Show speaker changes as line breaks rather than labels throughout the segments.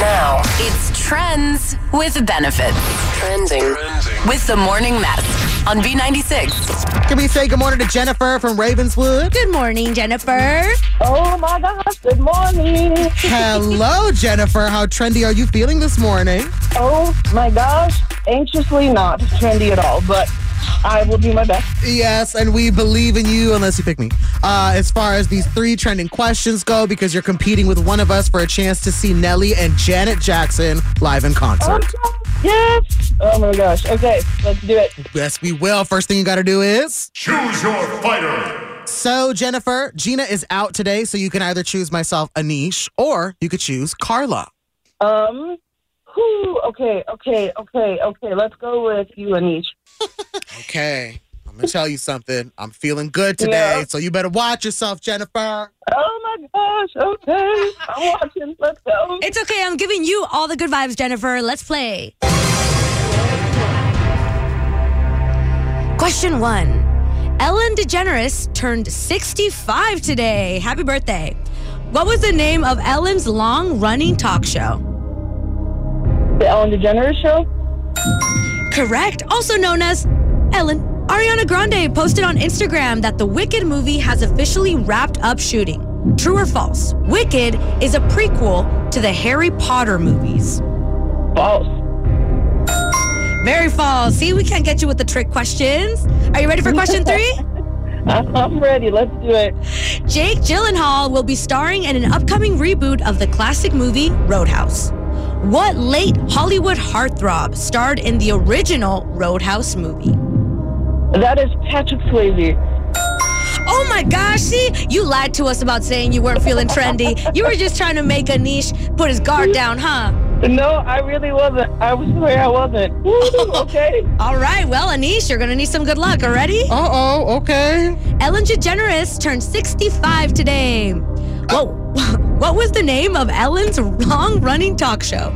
Now it's trends with benefits. Trending. With the morning mess on B96.
Can we say good morning to Jennifer from Ravenswood?
Good morning, Jennifer.
Oh my gosh, good morning.
Hello, Jennifer. How trendy are you feeling this morning?
Oh my gosh, anxiously not trendy at all, but I will do my best.
Yes, and we believe in you unless you pick me. Uh, as far as these three trending questions go, because you're competing with one of us for a chance to see Nelly and Janet Jackson live in concert.
Yes. Oh my gosh. Okay, let's do it.
Yes, we will. First thing you got to do is.
Choose your fighter.
So, Jennifer, Gina is out today, so you can either choose myself, Anish, or you could choose Carla.
Um, whew, okay, okay, okay, okay. Let's go with you, Anish.
Okay. I'm going to tell you something. I'm feeling good today,
Yeah.
so you better watch yourself, Jennifer.
Oh my gosh. Okay, I'm watching. Let's go.
It's okay. I'm giving you all the good vibes, Jennifer. Let's play. Question one Ellen DeGeneres turned 65 today. Happy birthday. What was the name of Ellen's long running talk show?
The Ellen DeGeneres show.
Correct. Also known as Ellen. Ariana Grande posted on Instagram that the Wicked movie has officially wrapped up shooting. True or false? Wicked is a prequel to the Harry Potter movies.
False.
Very false. See, we can't get you with the trick questions. Are you ready for question three?
I- I'm ready. Let's do it.
Jake Gyllenhaal will be starring in an upcoming reboot of the classic movie Roadhouse. What late Hollywood heartthrob starred in the original Roadhouse movie?
That is Patrick Swayze.
Oh my gosh, see, you lied to us about saying you weren't feeling trendy. You were just trying to make a niche put his guard down, huh?
No, I really wasn't. I was swear I wasn't. Woo, okay.
All right, well, Anish, you're gonna need some good luck. Already?
Uh oh, okay.
Ellen DeGeneres turned 65 today. Whoa. What was the name of Ellen's long running talk show?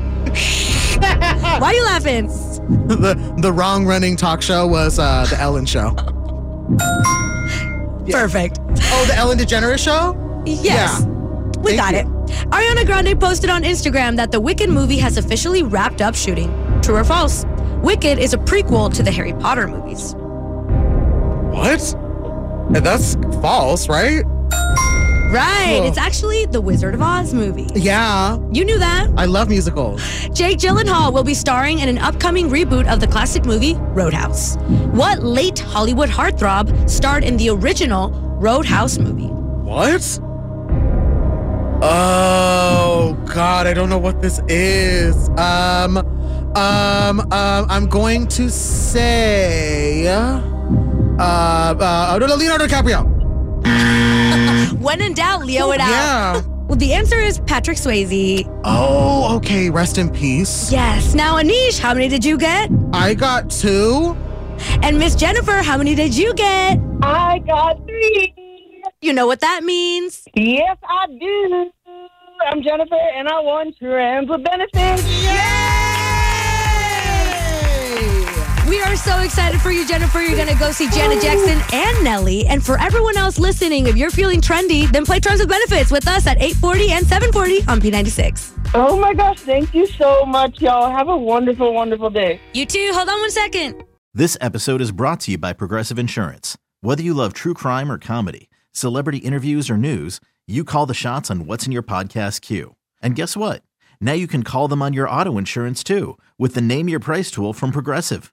Why are you laughing?
the, the wrong running talk show was uh, The Ellen Show.
Perfect.
Oh, The Ellen DeGeneres Show?
Yes. We got
Thank
it. Ariana Grande posted on Instagram that the Wicked movie has officially wrapped up shooting. True or false? Wicked is a prequel to the Harry Potter movies.
What? That's false, right?
Right.
Whoa.
It's actually the Wizard of Oz movie.
Yeah,
You knew that.
I love musicals.
Jake Gyllenhaal will be starring in an upcoming reboot of the classic movie Roadhouse. What late Hollywood heartthrob starred in the original Roadhouse movie?
What? Oh God, I don't know what this is. Um, um, um, I'm going to say, uh, uh, no, no, Leonardo DiCaprio.
When in doubt, Leo it out.
Yeah.
Well, the answer is Patrick Swayze.
Oh, okay. Rest in peace.
Yes. Now, Anish, how many did you get?
I got two.
And Miss Jennifer, how many did you get?
I got three.
You know what that means.
Yes, I do. I'm Jennifer, and I want trends with benefits.
We are so excited for you, Jennifer. You're going to go see Janet Jackson and Nelly. And for everyone else listening, if you're feeling trendy, then play Trends with Benefits with us at 840 and 740 on P96.
Oh my gosh, thank you so much, y'all. Have a wonderful, wonderful day.
You too. Hold on one second.
This episode is brought to you by Progressive Insurance. Whether you love true crime or comedy, celebrity interviews or news, You call the shots on what's in your podcast queue. And guess what? Now you can call them on your auto insurance too with the Name Your Price tool from Progressive.